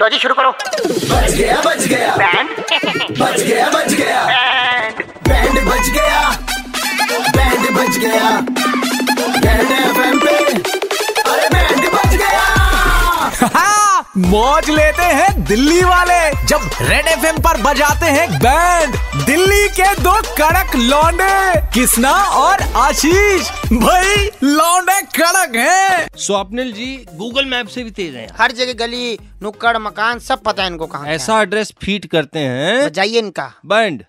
लो जी शुरू करो बच गया बच गया बैंड बच गया बच गया बैंड बैंड बच गया बैंड बच गया बैंड एफएम पे अरे बैंड बच गया हाँ, मौज लेते हैं दिल्ली वाले जब रेड एफ पर बजाते हैं बैंड दिल्ली के दो कड़क लौंडे किसना और आशीष भाई लौंडे कड़क हैं स्वप्निल जी गूगल मैप से भी तेज हैं हर जगह गली नुक्कड़ मकान सब पता है इनको कहाँ तो ऐसा एड्रेस फीट करते हैं जाइए इनका बैंड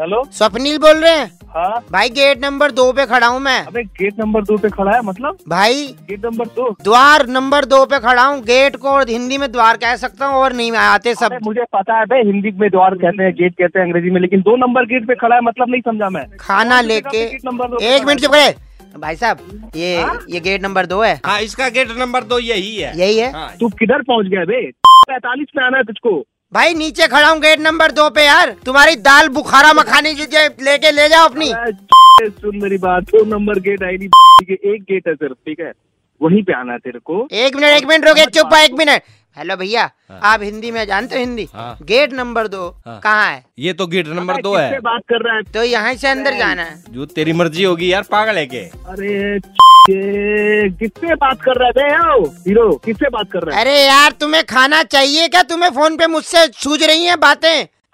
हेलो स्वप्निल बोल रहे हैं हाँ भाई गेट नंबर दो पे खड़ा हूँ मैं अबे गेट नंबर दो पे खड़ा है मतलब भाई गेट नंबर दो द्वार नंबर दो पे खड़ा हूँ गेट को और हिंदी में द्वार कह सकता हूँ और नहीं आते अबे सब मुझे पता है बे हिंदी में द्वार कहते हैं गेट कहते हैं अंग्रेजी में लेकिन दो नंबर गेट पे खड़ा है मतलब नहीं समझा मैं खाना कौन सी जगह लेके पे गेट नंबर दो पे एक मिनट खड़ा हाँ? है? चुप करे भाई साहब ये ये गेट नंबर दो है हाँ इसका गेट नंबर दो यही है यही है हाँ। तू किधर पहुंच गया बे पैतालीस में आना है तुझको भाई नीचे खड़ा हूँ गेट नंबर दो पे यार तुम्हारी दाल बुखारा मखानी जी जे- लेके ले जाओ अपनी अबे, सुन मेरी बात दो नंबर गेट आई नहीं एक गेट है सिर्फ ठीक है वहीं पे आना है तेरे को एक मिनट एक मिनट रोके चुप है, एक मिनट हेलो भैया हाँ। आप हिंदी में जानते हो हिंदी हाँ। गेट नंबर दो हाँ। कहाँ है ये तो गेट नंबर दो किससे है बात कर रहा है तो यहाँ से अंदर जाना है जो तेरी मर्जी होगी यार पागल है के अरे ये किससे बात कर रहा है बे आओ, हीरो किससे बात कर रहा है अरे यार तुम्हें खाना चाहिए क्या तुम्हें फोन पे मुझसे सूझ रही हैं बातें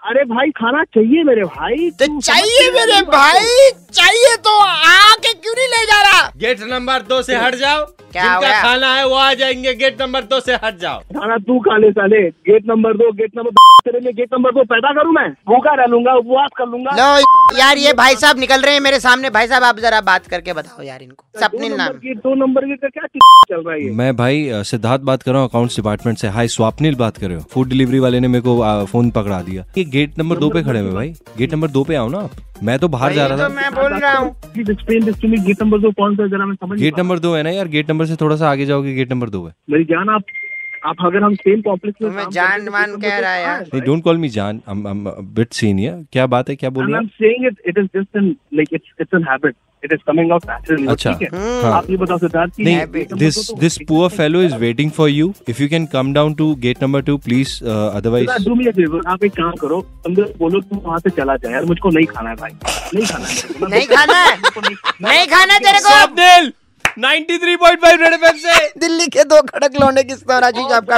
अरे भाई खाना चाहिए मेरे भाई तो तू समझ चाहिए नहीं मेरे रही बात को। भाई चाहिए तो आके क्यों नहीं ले जा रहा गेट नंबर दो से हट जाओ हो जिनका गया? खाना है वो आ जाएंगे गेट नंबर दो से हट जाओ खाना तू खा ले साले गेट नंबर दो गेट नंबर तेरे लिए गेट नंबर दो पैदा करूं मैं भूखा रह लूंगा उपवास कर लूंगा लो यार ये भाई साहब निकल रहे हैं मेरे सामने भाई साहब आप जरा बात करके बताओ यार इनको दो सपनील नंबर नाम की- दो नंबर की का क्या चीज़ चल रहा है ये मैं भाई अ, सिद्धार्थ बात कर रहा हूँ अकाउंट्स डिपार्टमेंट से हाय स्वाप्निल बात कर रहे हो फूड डिलीवरी वाले ने मेरे को अ, फोन पकड़ा दिया ये गेट नंबर दो पे खड़े हुए भाई गेट नंबर दो पे आओ ना आप मैं तो बाहर जा वही रहा तो था मैं बोल रहा हूँ please explain this to me gate number दो कौन सा है, जरा मैं समझ गेट नंबर दो है ना यार गेट नंबर से थोड़ा सा आगे जाओगे गेट नंबर दो है मेरी जान आप आप अगर हम सेम कॉम्प्लेक्स में तुम्हें काम जान करते तो मान gate कह number रहा दो है कहाँ यार। नहीं डोंट कॉल मी जान बिट सीनियर क्या बात है क्या बोल And रहे I'm saying it, it is just an like it's it's an habit. It is coming out naturally. अच्छा। ठीक है? Hmm. हो हाँ आप ये बताओ सिद्धार्थ की नहीं दिस तो this poor fellow is waiting for you if you can come down to gate number two please otherwise do me a favour आप एक काम करो अंदर बोलो तुम वहाँ से चला जाए यार मुझको नहीं खाना है भाई नहीं खाना है मेरे को, ना नहीं खाना है बिल्कुल नहीं खाना है तेरे को स्वप्निल 93.5 रेड एफएम से दिल्ली के दो खड़क लौंडे किस तरह राजीव आपका